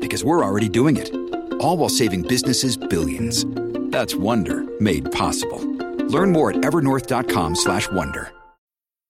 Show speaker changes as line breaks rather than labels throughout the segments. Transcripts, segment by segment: Because we're already doing it, all while saving businesses billions. That's Wonder made possible. Learn more at evernorth.com/slash wonder.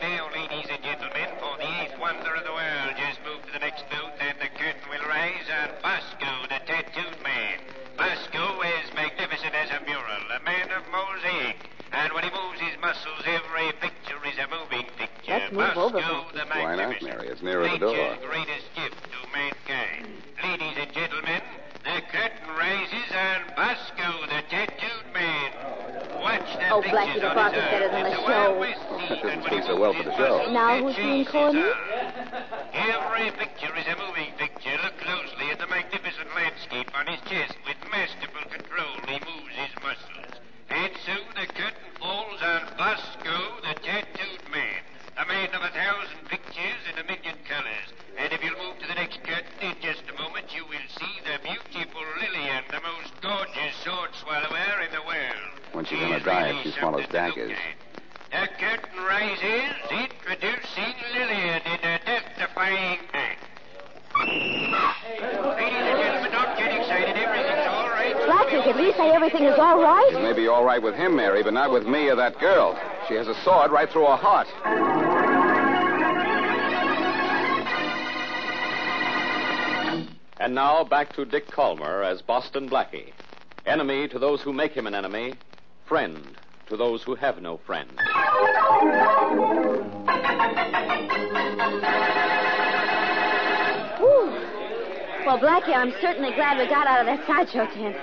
Now, ladies and gentlemen, for the eighth wonder of the world, just move to the next note and the curtain will rise on Bosco, the tattooed man. Bosco is magnificent as a mural, a man of mosaic. And when he moves his muscles, every picture is a moving picture.
Let's move
Bosco
over,
the
Why not,
magnificent.
Mary? It's nearer the door.
Nature's greatest gift to mankind. Ladies and gentlemen, the curtain rises on Bosco, the tattooed man. Watch the
Oh, Blackie,
pictures
the
on
barber's
his arm.
better than
It's a
the
Wild
show.
West
That
scene,
doesn't
and when
speak
he
so well for
moves
the
his
show.
muscles,
Now
the
who's being
chases
corny?
are. Every picture is a moving picture. Look closely at the magnificent landscape on his chest. With masterful control, he moves his muscles. And soon the curtain falls on Bosco, the tattooed man. A man of a thousand pictures and a million colors. And if you'll move to the next curtain in just a moment, you will see the beautiful Lillian, the most gorgeous sword swallower in the world.
When she's
She
on
is
her diet,
really
she swallows
something to look
daggers.
at. The curtain rises, introducing Lillian in a death-defying act. Ladies and gentlemen, don't get excited. Everything's all right.
Blackie, can we say everything is all
It
right?
may be all right with him, Mary, but not with me or that girl. She has a sword right through her heart.
And now back to Dick Calmer as Boston Blackie. Enemy to those who make him an enemy, friend to those who have no friend.
Whew. Well, Blackie, I'm certainly glad we got out of that sideshow tent.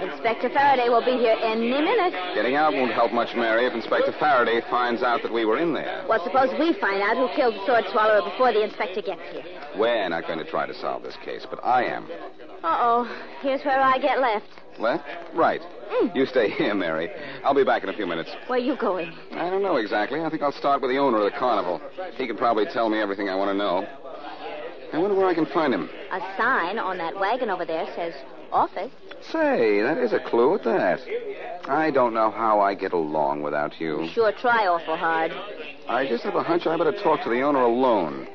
Inspector Faraday will be here any minute.
Getting out won't help much, Mary, if Inspector Faraday finds out that we were in there.
Well, suppose we find out who killed the sword swallower before the inspector gets here.
We're not going to try to solve this case, but I am.
Uh-oh. Here's where I get left.
Left? Right.
Mm.
You stay here, Mary. I'll be back in a few minutes.
Where are you going?
I don't know exactly. I think I'll start with the owner of the carnival. He can probably tell me everything I want to know. I wonder where I can find him.
A sign on that wagon over there says office.
Say, that is a clue at that. I don't know how I get along without you.
Sure try awful hard.
I just have a hunch I better talk to the owner alone.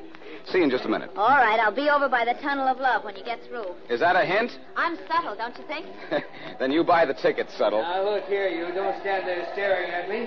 See you in just a minute.
All right, I'll be over by the Tunnel of Love when you get through.
Is that a hint?
I'm subtle, don't you think?
then you buy the ticket, Settle.
Now look here, you don't stand there staring at me.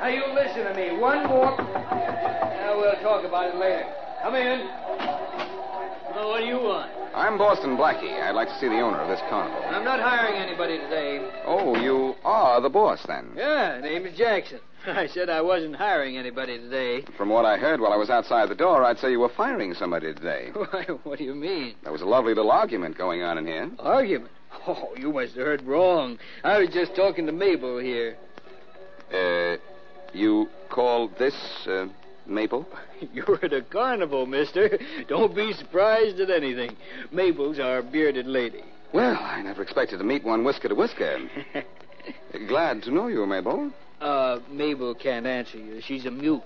Now you listen to me. One more. Now we'll talk about it later. Come in. Well, what do you want?
I'm Boston Blackie. I'd like to see the owner of this carnival.
I'm not hiring anybody today.
Oh, you are the boss then?
Yeah, name is Jackson. I said I wasn't hiring anybody today.
From what I heard while I was outside the door, I'd say you were firing somebody today.
Why, what do you mean?
There was a lovely little argument going on in here.
Argument? Oh, you must have heard wrong. I was just talking to Mabel here.
Uh, you call this uh, Maple?
You're at a carnival, mister. Don't be surprised at anything. Maple's our bearded lady.
Well, I never expected to meet one whisker to whisker. Glad to know you, Mabel.
Uh, Mabel can't answer you. She's a mute.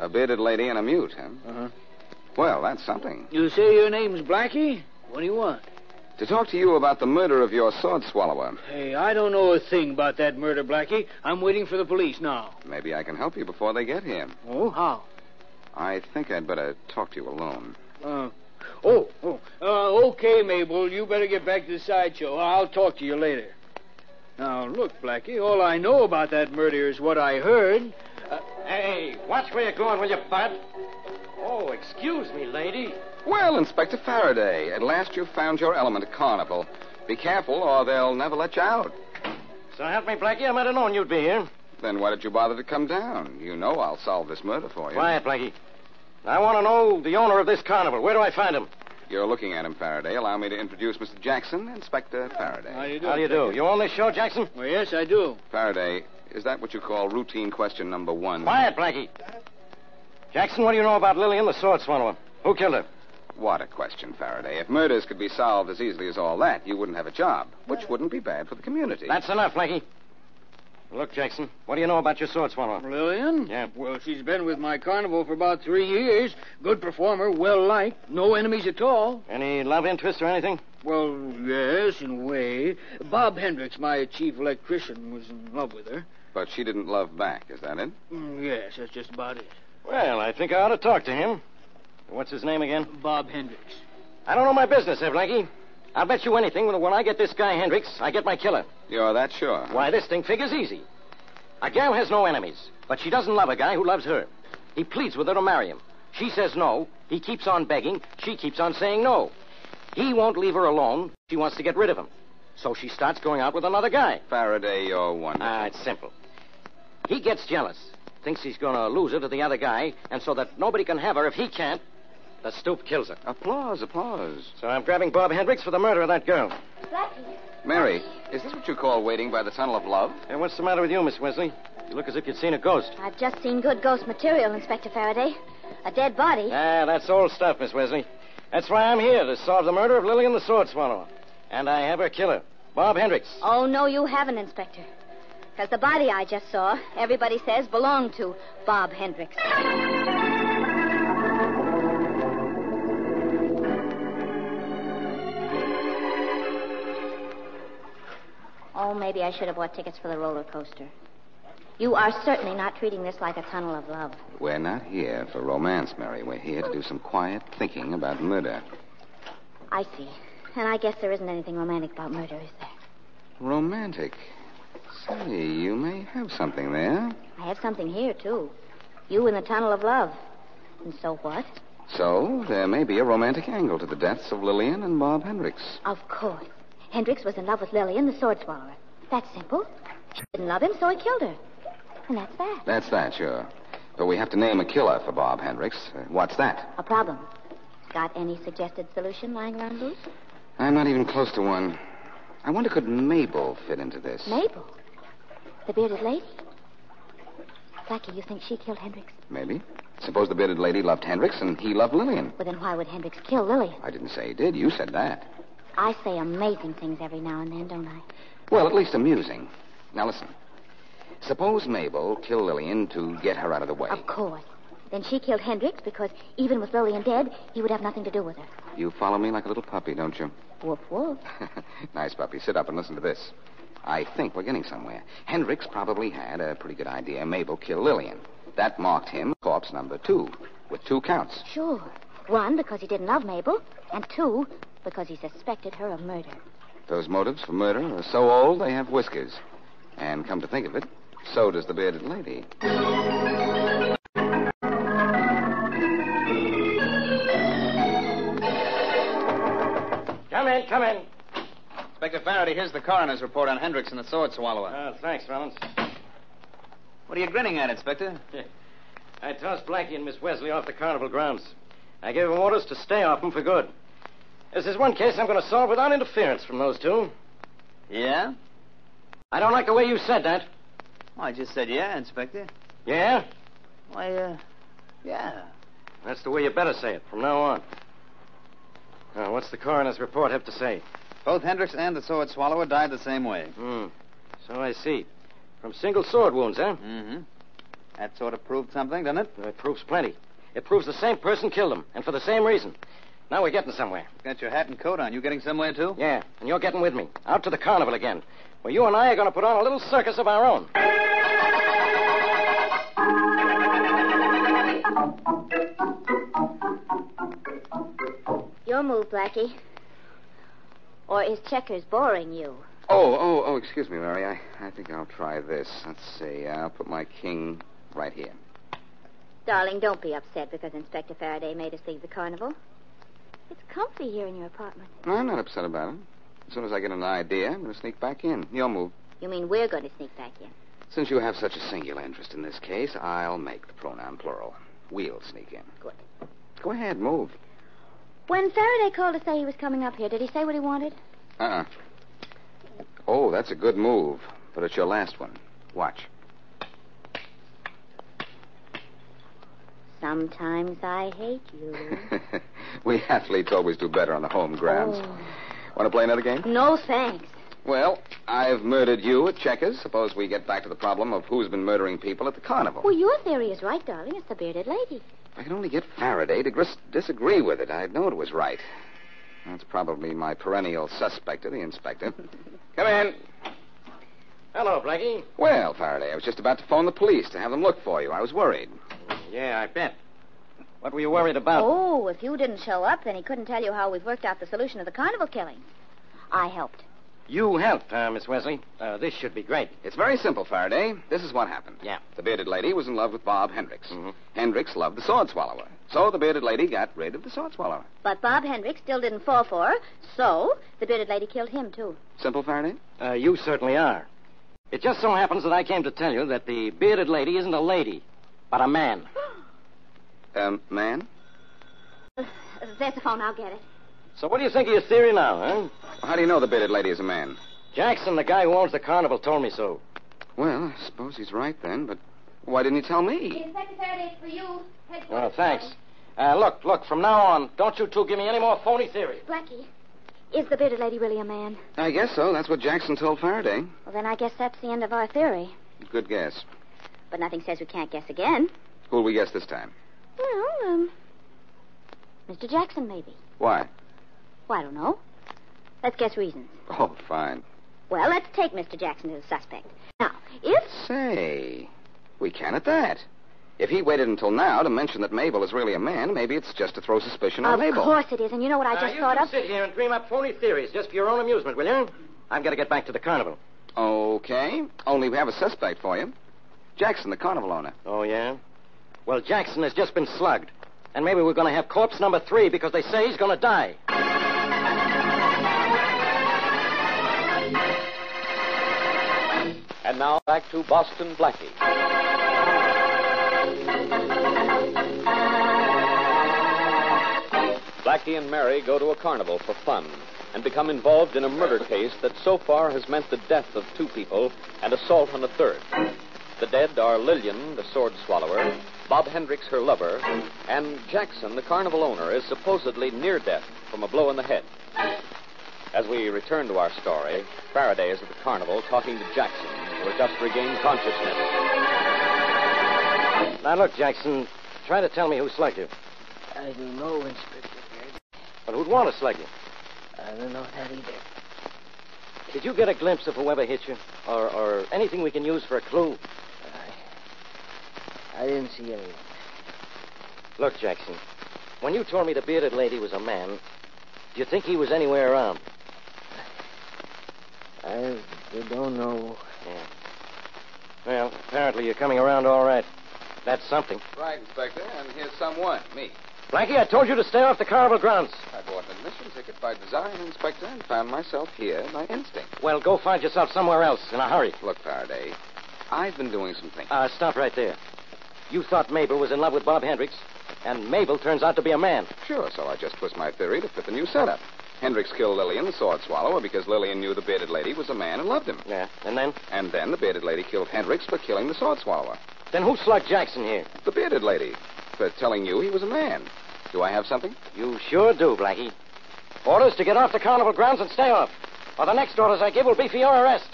A bearded lady and a mute, huh?
Uh-huh.
Well, that's something.
You say your name's Blackie? What do you want?
To talk to you about the murder of your sword swallower.
Hey, I don't know a thing about that murder, Blackie. I'm waiting for the police now.
Maybe I can help you before they get here.
Oh, how?
I think I'd better talk to you alone.
Uh, oh, oh. Uh, okay, Mabel. You better get back to the sideshow. I'll talk to you later. Now, look, Blackie, all I know about that murder is what I heard. Uh,
Hey, watch where you're going, will you, bud? Oh, excuse me, lady.
Well, Inspector Faraday, at last you've found your element at Carnival. Be careful, or they'll never let you out.
So help me, Blackie, I might have known you'd be here.
Then why did you bother to come down? You know I'll solve this murder for you.
Quiet, Blackie. I want to know the owner of this carnival. Where do I find him?
You're looking at him, Faraday. Allow me to introduce Mr. Jackson, Inspector Faraday.
how do you do?
How do you do? You own this show, Jackson?
Well, yes, I do.
Faraday, is that what you call routine question number one?
Quiet, Blackie. Jackson, what do you know about Lillian, the sword swallower? Who killed her?
What a question, Faraday. If murders could be solved as easily as all that, you wouldn't have a job, which wouldn't be bad for the community.
That's enough, Blackie. Look, Jackson, what do you know about your sword swallower?
Lillian?
Yeah.
Well, she's been with my carnival for about three years. Good performer, well liked, no enemies at all.
Any love interest or anything?
Well, yes, in a way. Bob Hendricks, my chief electrician, was in love with her.
But she didn't love back, is that it?
Mm, yes, that's just about it.
Well, I think I ought to talk to him. What's his name again?
Bob Hendricks.
I don't know my business, eh, Blackie? I'll bet you anything that when I get this guy Hendricks, I get my killer.
You're that sure? huh?
Why, this thing figures easy. A gal has no enemies, but she doesn't love a guy who loves her. He pleads with her to marry him. She says no. He keeps on begging. She keeps on saying no. He won't leave her alone. She wants to get rid of him. So she starts going out with another guy.
Faraday, you're wonderful.
Ah, it's simple. He gets jealous, thinks he's going to lose her to the other guy, and so that nobody can have her if he can't, the stoop kills her.
applause, applause.
So I'm grabbing Bob Hendricks for the murder of that girl.
Blackie,
Mary, is this what you call waiting by the tunnel of love?
And what's the matter with you, Miss Wesley? You look as if you'd seen a ghost.
I've just seen good ghost material, Inspector Faraday. A dead body.
Ah, that's old stuff, Miss Wesley. That's why I'm here, to solve the murder of Lillian the Sword Swallower. And I have her killer, Bob Hendricks.
Oh, no, you haven't, Inspector. Because the body I just saw, everybody says, belonged to Bob Hendricks. Oh, maybe I should have bought tickets for the roller coaster. You are certainly not treating this like a tunnel of love.
We're not here for romance, Mary. We're here to do some quiet thinking about murder.
I see. And I guess there isn't anything romantic about murder, is there?
Romantic. Say, you may have something there.
I have something here, too. You in the tunnel of love. And so what?
So, there may be a romantic angle to the deaths of Lillian and Bob Hendricks.
Of course. Hendricks was in love with Lillian, the sword swallower. That's simple. She didn't love him, so he killed her. And that's that.
That's that, sure. But we have to name a killer for Bob Hendricks. Uh, what's that?
A problem. Got any suggested solution lying around loose?
I'm not even close to one. I wonder could Mabel fit into this?
Mabel. The bearded lady. Blackie, you think she killed Hendricks?
Maybe. Suppose the bearded lady loved Hendricks and he loved Lillian.
Well, then why would Hendricks kill Lillian?
I didn't say he did. You said that.
I say amazing things every now and then, don't I?
Well, at least amusing. Now listen. Suppose Mabel killed Lillian to get her out of the way.
Of course. Then she killed Hendricks because even with Lillian dead, he would have nothing to do with her.
You follow me like a little puppy, don't you?
Woof woof.
nice puppy. Sit up and listen to this. I think we're getting somewhere. Hendricks probably had a pretty good idea Mabel killed Lillian. That marked him corpse number two, with two counts.
Sure. One, because he didn't love Mabel, and two, because he suspected her of murder.
Those motives for murder are so old they have whiskers. And come to think of it, so does the bearded lady.
Come in, come in.
Inspector Faraday, here's the coroner's report on Hendricks and the sword swallower.
Oh, thanks, Rollins.
What are you grinning at, Inspector?
I tossed Blackie and Miss Wesley off the carnival grounds. I gave them orders to stay off them for good. This is one case I'm going to solve without interference from those two.
Yeah?
I don't like the way you said that.
Well, I just said yeah, Inspector.
Yeah?
Why, uh,
Yeah.
That's the way you better say it from now on. Now, Uh, what's the coroner's report have to say?
Both Hendricks and the sword swallower died the same way.
Hmm. So I see. From single sword wounds, eh?
Mm-hmm. That sort of proved something, doesn't it?
It proves plenty. It proves the same person killed him, and for the same reason. Now we're getting somewhere.
Got your hat and coat on. You getting somewhere, too?
Yeah, and you're getting with me. Out to the carnival again, where you and I are going to put on a little circus of our own.
Your move, Blackie. Or is checkers boring you?
Oh, oh, oh, excuse me, Mary. I, I think I'll try this. Let's see. I'll put my king right here.
Darling, don't be upset because Inspector Faraday made us leave the carnival. It's comfy here in your apartment.
No, I'm not upset about it. As soon as I get an idea, I'm going to sneak back in. Your move.
You mean we're going to sneak back in?
Since you have such a singular interest in this case, I'll make the pronoun plural. We'll sneak in.
Good.
Go ahead, move.
When Faraday called to say he was coming up here, did he say what he wanted?
Uh-uh. Oh, that's a good move, but it's your last one. Watch.
Sometimes I hate you.
we athletes always do better on the home grounds. Want to play another game?
no thanks.
Well, I've murdered you at checkers. Suppose we get back to the problem of who's been murdering people at the carnival.
Well, your theory is right, darling. It's the bearded lady.
If I could only get Faraday to gris- disagree with it, I'd know it was right. That's probably my perennial suspect of the inspector. Come in.
Hello, Blackie.
Well, Faraday, I was just about to phone the police to have them look for you. I was worried.
Yeah, I bet. What were you worried about?
Oh, if you didn't show up, then he couldn't tell you how we've worked out the solution of the carnival killing. I helped.
You helped, uh, Miss Wesley. Uh, this should be great.
It's very simple, Faraday. This is what happened.
Yeah. Mm-hmm.
The bearded lady was in love with Bob Hendricks. Hendricks loved the sword swallower. So the bearded lady got rid of the sword swallower.
But Bob Hendricks still didn't fall for her, so the bearded lady killed him, too.
Simple, Faraday?
Uh, you certainly are. It just so happens that I came to tell you that the bearded lady isn't a lady, but a man.
Um, man?
There's the phone. I'll get it.
So what do you think of your theory now, huh?
How do you know the bearded lady is a man?
Jackson, the guy who owns the carnival, told me so.
Well, I suppose he's right then, but why didn't he tell me?
Inspector Faraday's for you.
Oh,
Well, thanks. Uh, look, look, from now on, don't you two give me any more phony theories.
Blackie, is the bearded lady really a man?
I guess so. That's what Jackson told Faraday.
Well, then I guess that's the end of our theory.
Good guess.
But nothing says we can't guess again.
Who'll we guess this time?
Well, um, Mr. Jackson, maybe.
Why?
Well, I don't know. Let's guess reasons.
Oh, fine.
Well, let's take Mr. Jackson as a suspect. Now, if
Say, we can at that. If he waited until now to mention that Mabel is really a man, maybe it's just to throw suspicion on
of
Mabel.
course it is, and you know what I
Now,
just
you
thought
two
of?
sit here and dream up phony theories just for your own amusement, will you? I've got to get back to the carnival.
Okay, only we have a suspect for you. Jackson, the carnival owner.
Oh, yeah? Well, Jackson has just been slugged. And maybe we're going to have corpse number three because they say he's going to die.
And now back to Boston Blackie. Blackie and Mary go to a carnival for fun and become involved in a murder case that so far has meant the death of two people and assault on a third. The dead are Lillian, the sword swallower, Bob Hendricks, her lover, and Jackson, the carnival owner, is supposedly near death from a blow in the head. As we return to our story, Faraday is at the carnival talking to Jackson, who has just regained consciousness.
Now, look, Jackson, try to tell me who slugged you.
I don't know, Inspector.
But who'd want to slug you?
I don't know that either.
Did you get a glimpse of whoever hit you? Or, or anything we can use for a clue?
I didn't see anyone.
Look, Jackson, when you told me the bearded lady was a man, do you think he was anywhere around?
I don't know.
Yeah. Well, apparently you're coming around all right. That's something.
Right, Inspector, and here's someone, me.
Blackie, I told you to stay off the carnival grounds.
I bought an admission ticket by design, Inspector, and found myself here by instinct.
Well, go find yourself somewhere else in a hurry.
Look, Faraday, I've been doing some thinking.
Uh, stop right there. You thought Mabel was in love with Bob Hendricks, and Mabel turns out to be a man.
Sure, so I just twist my theory to fit the new setup. Hendricks killed Lillian, the sword swallower, because Lillian knew the bearded lady was a man and loved him.
Yeah. And then?
And then the bearded lady killed Hendricks for killing the sword swallower.
Then who slugged Jackson here?
The bearded lady. for telling you he was a man. Do I have something?
You sure do, Blackie. Orders to get off the carnival grounds and stay off, or the next orders I give will be for your arrest.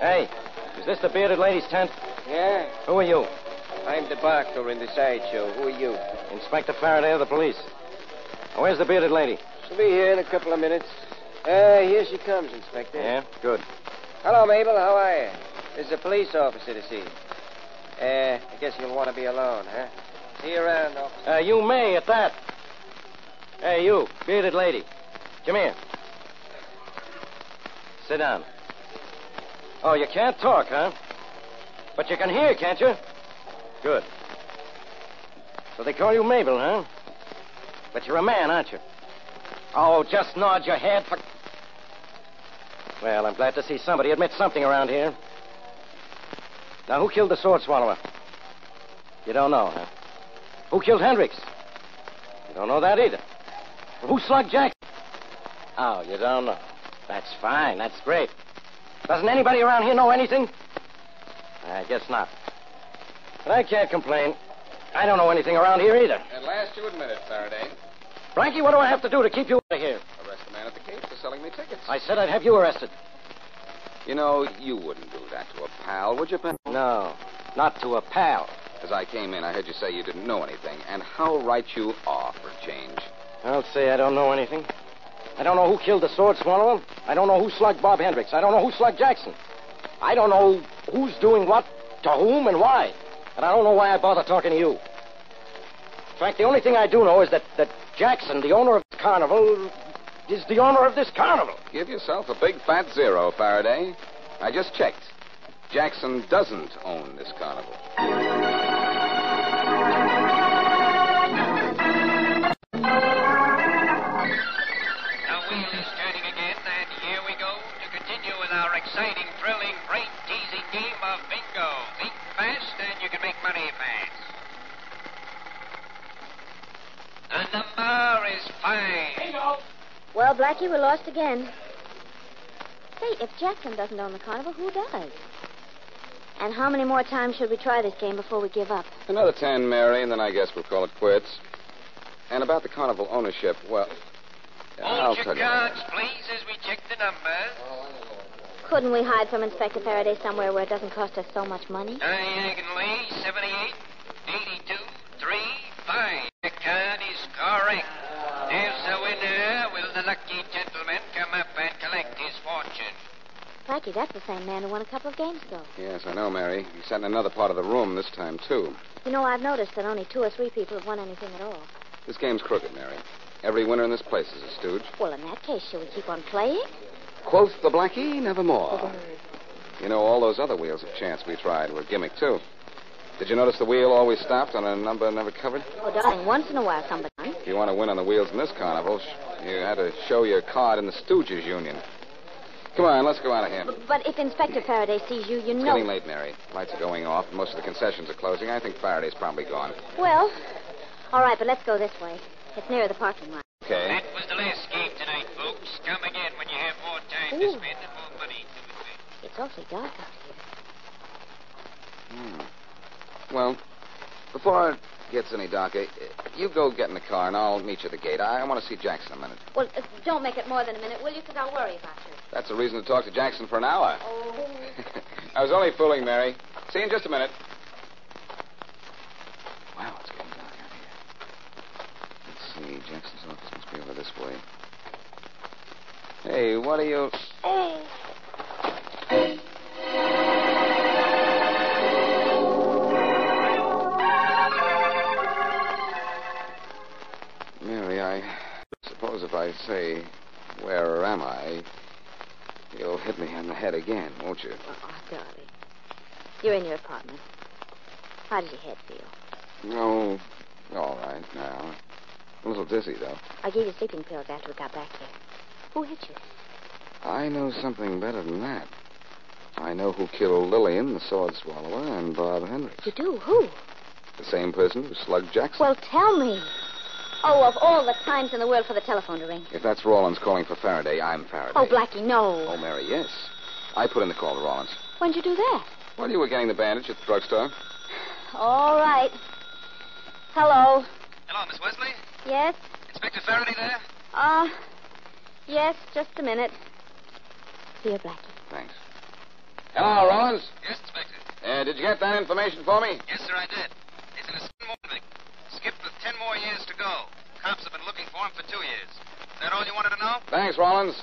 Hey, is this the bearded lady's tent?
Yeah,
Who are you?
I'm the barker in the sideshow. Who are you?
Inspector Faraday of the police. Now, where's the bearded lady?
She'll be here in a couple of minutes. Uh, here she comes, Inspector.
Yeah, good.
Hello, Mabel. How are you? There's a police officer to see you. Uh, I guess you'll want to be alone, huh? See you around, officer.
Uh, you may at that. Hey, you, bearded lady. Come here. Sit down. Oh, you can't talk, huh? But you can hear, can't you? Good. So they call you Mabel, huh? But you're a man, aren't you? Oh, just nod your head for. Well, I'm glad to see somebody admit something around here. Now, who killed the sword swallower? You don't know, huh? Who killed Hendricks? You don't know that either. Who slugged Jackson? Oh, you don't know. That's fine. That's great. Doesn't anybody around here know anything? I guess not. But I can't complain. I don't know anything around here either.
At last you admit it, Faraday.
Blackie, what do I have to do to keep you out of here?
Arrest the man at the gate for selling me tickets.
I said I'd have you arrested.
You know, you wouldn't do that to a pal, would you, Pen?
No, not to a pal.
As I came in, I heard you say you didn't know anything, and how right you are for a change.
I'll say I don't know anything. I don't know who killed the sword swallower. I don't know who slugged Bob Hendricks. I don't know who slugged Jackson. I don't know who's doing what, to whom, and why. And I don't know why I bother talking to you. In fact, the only thing I do know is that, that Jackson, the owner of the carnival, is the owner of this carnival.
Give yourself a big fat zero, Faraday. I just checked. Jackson doesn't own this carnival.
The wheel is turning again, and here we go to continue with our exciting, thrilling, brain-teasing game of bingo. Think fast, and you can make money fast. The number is five.
Well, Blackie, we're lost again. Say, if Jackson doesn't own the carnival, who does? And how many more times should we try this game before we give up?
Another ten, Mary, and then I guess we'll call it quits. And about the carnival ownership, well, I'll
Hold your
tell you.
cards, please, as we check the numbers.
Couldn't we hide from Inspector Faraday somewhere where it doesn't cost us so much money?
Diagonally, 78, 82, 3, 5. The card is correct. There's the winner. Will the lucky gentleman come up and collect his fortune?
Blackie, that's the same man who won a couple of games ago.
Yes, I know, Mary. He sat in another part of the room this time, too.
You know, I've noticed that only two or three people have won anything at all.
This game's crooked, Mary. Every winner in this place is a stooge.
Well, in that case, should we keep on playing?
Quoth the Blackie, nevermore. You know, all those other wheels of chance we tried were gimmick, too. Did you notice the wheel always stopped on a number never covered?
Oh, darling, once in a while somebody.
If you want to win on the wheels in this carnival, sh- you had to show your card in the Stooges Union. Come on, let's go out of here.
But if Inspector Faraday sees you, you
It's
know.
getting late, Mary. Lights are going off, and most of the concessions are closing. I think Faraday's probably gone.
Well, all right, but let's go this way. It's nearer the parking lot.
Okay.
That was the last game tonight, folks. Come again when you have more time to
Ooh.
spend and more money to invest.
It's awfully dark out here.
Hmm. Well, before it gets any darker, you go get in the car, and I'll meet you at the gate. I, I want to see Jackson in a minute.
Well, uh, don't make it more than a minute, will you? Because I'll worry about you.
That's a reason to talk to Jackson for an hour.
Oh.
I was only fooling, Mary. See you in just a minute. Wow, it's getting dark out here. Let's see. Jackson's office must be over this way. Hey, what are you.
Hey.
Mary, I suppose if I say, Where am I? You'll hit me on the head again, won't you?
Oh, darling. You're in your apartment. How does your head feel?
No. All right, now. A little dizzy, though.
I gave you sleeping pills after we got back here. Who hit you?
I know something better than that. I know who killed Lillian, the sword swallower, and Bob Hendricks.
You do? Who?
The same person who slugged Jackson.
Well, tell me. Oh, of all the times in the world for the telephone to ring.
If that's Rollins calling for Faraday, I'm Faraday.
Oh, Blackie,
Oh,
no.
Mary, yes. I put in the call to Rollins.
When'd you do that?
Well, you were getting the bandage at the drugstore.
All right. Hello.
Hello, Miss Wesley.
Yes?
Inspector Faraday there?
Uh, yes, just a minute. Here, Blackie.
Thanks. Hello, Rollins.
Yes, Inspector.
Uh, did you get that information for me?
Yes, sir, I did. He's in a skin warning. Skipped with ten more years to go. Cops have been looking for him for two years. Is that all you wanted to know?
Thanks, Rollins.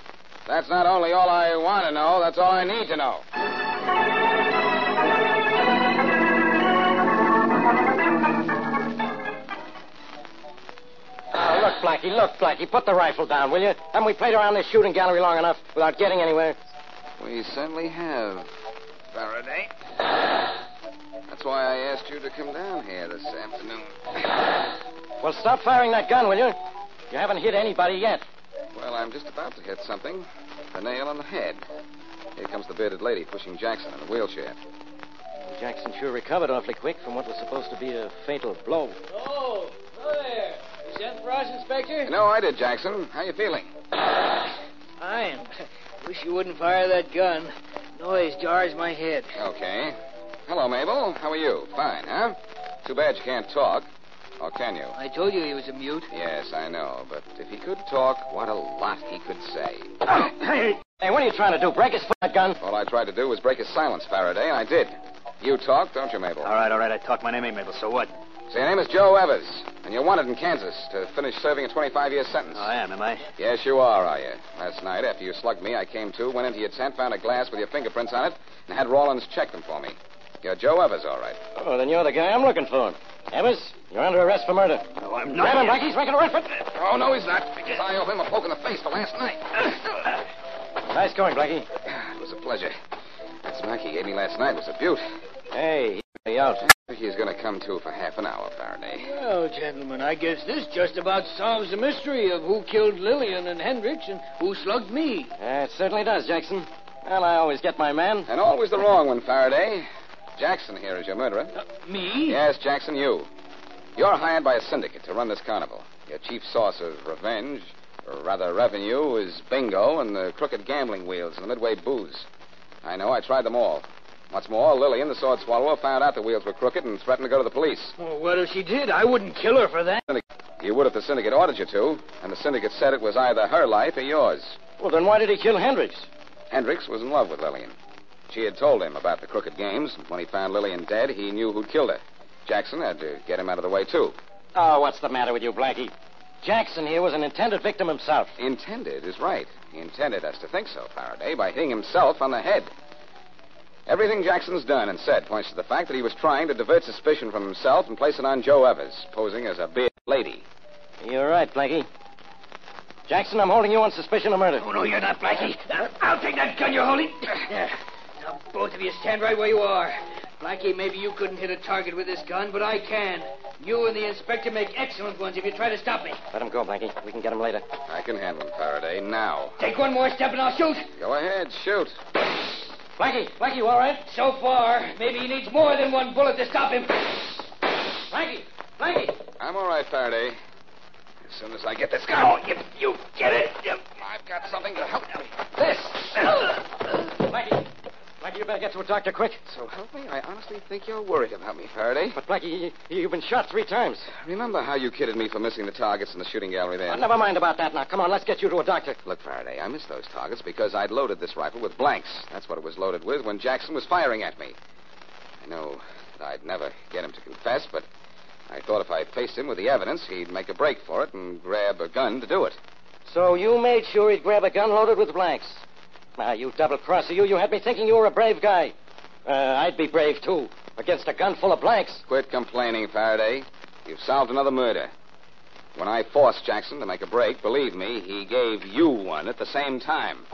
That's not only all I want to know, that's all I need to know.
Oh, look, Blackie, look, Blackie. Put the rifle down, will you? Haven't we played around this shooting gallery long enough without getting anywhere?
We certainly have, Faraday. That's why I asked you to come down here this afternoon.
Well, stop firing that gun, will you? You haven't hit anybody yet.
Well, I'm just about to hit something. A nail on the head. Here comes the bearded lady pushing Jackson in a wheelchair.
Jackson sure recovered awfully quick from what was supposed to be a fatal blow.
Oh, hello there. You sent for us, Inspector?
No, I did, Jackson. How you feeling?
Fine. Wish you wouldn't fire that gun. Noise jars my head.
Okay. Hello, Mabel. How are you? Fine, huh? Too bad you can't talk. Or can you?
I told you he was a mute.
Yes, I know. But if he could talk, what a lot he could say.
hey, what are you trying to do? Break his f- gun?
All I tried to do was break his silence, Faraday, and I did. You talk, don't you, Mabel?
All right, all right. I talked my name, ain't Mabel. So what?
So your name is Joe Evers, and you're wanted in Kansas to finish serving a 25-year sentence.
I am, am I?
Yes, you are, are you? Last night, after you slugged me, I came to, went into your tent, found a glass with your fingerprints on it, and had Rawlins check them for me. You're Joe Evers, all right.
Oh, then you're the guy I'm looking for. Evers, you're under arrest for murder. No, I'm
not.
Grab him, Blackie. He's making a run for it.
Oh, no, he's not, because I owe him a poke in the face for last night.
Nice going, Blackie.
It was a pleasure. That smack he gave me last night was a beaut.
Hey, he's out.
He's going to come to for half an hour, Faraday.
Well, gentlemen, I guess this just about solves the mystery of who killed Lillian and Hendricks and who slugged me.
Yeah, it certainly does, Jackson. Well, I always get my man.
And always the wrong one, Faraday. Jackson here is your murderer.
Uh, Me?
Yes, Jackson, you. You're hired by a syndicate to run this carnival. Your chief source of revenge, or rather revenue, is bingo and the crooked gambling wheels and the midway booze. I know, I tried them all. What's more, Lillian, the sword swallower, found out the wheels were crooked and threatened to go to the police.
Well, what if she did? I wouldn't kill her for that.
You would if the syndicate ordered you to, and the syndicate said it was either her life or yours.
Well, then why did he kill Hendricks?
Hendricks was in love with Lillian. She had told him about the crooked games, and when he found Lillian dead, he knew who'd killed her. Jackson had to get him out of the way, too.
Oh, what's the matter with you, Blackie? Jackson here was an intended victim himself.
Intended is right. He intended us to think so, Faraday, by hitting himself on the head. Everything Jackson's done and said points to the fact that he was trying to divert suspicion from himself and place it on Joe Evers, posing as a bearded lady.
You're right, Blackie. Jackson, I'm holding you on suspicion of murder.
Oh, no, you're not, Blackie. Uh, I'll take that gun you're holding. There. Now, both of you stand right where you are. Blackie, maybe you couldn't hit a target with this gun, but I can. You and the inspector make excellent ones if you try to stop me.
Let him go, Blackie. We can get him later.
I can handle him, Faraday, now.
Take one more step and I'll shoot.
Go ahead, shoot.
Blackie, Blackie, you all right?
So far, maybe he needs more than one bullet to stop him. Blackie, Blackie.
I'm all right, Faraday. As soon as I get this gun. Oh, you, you get it? I've got something to help me. This.
Blackie, Blackie, you better get to a doctor quick.
So help me, I honestly think you're worried about me, Faraday.
But, Blackie, you, you've been shot three times.
Remember how you kidded me for missing the targets in the shooting gallery there?
Oh, never mind about that now. Come on, let's get you to a doctor.
Look, Faraday, I missed those targets because I'd loaded this rifle with blanks. That's what it was loaded with when Jackson was firing at me. I know that I'd never get him to confess, but I thought if I faced him with the evidence, he'd make a break for it and grab a gun to do it.
So you made sure he'd grab a gun loaded with blanks. Now, you double-crosser, you. You had me thinking you were a brave guy. Uh, I'd be brave, too, against a gun full of blanks.
Quit complaining, Faraday. You've solved another murder. When I forced Jackson to make a break, believe me, he gave you one at the same time.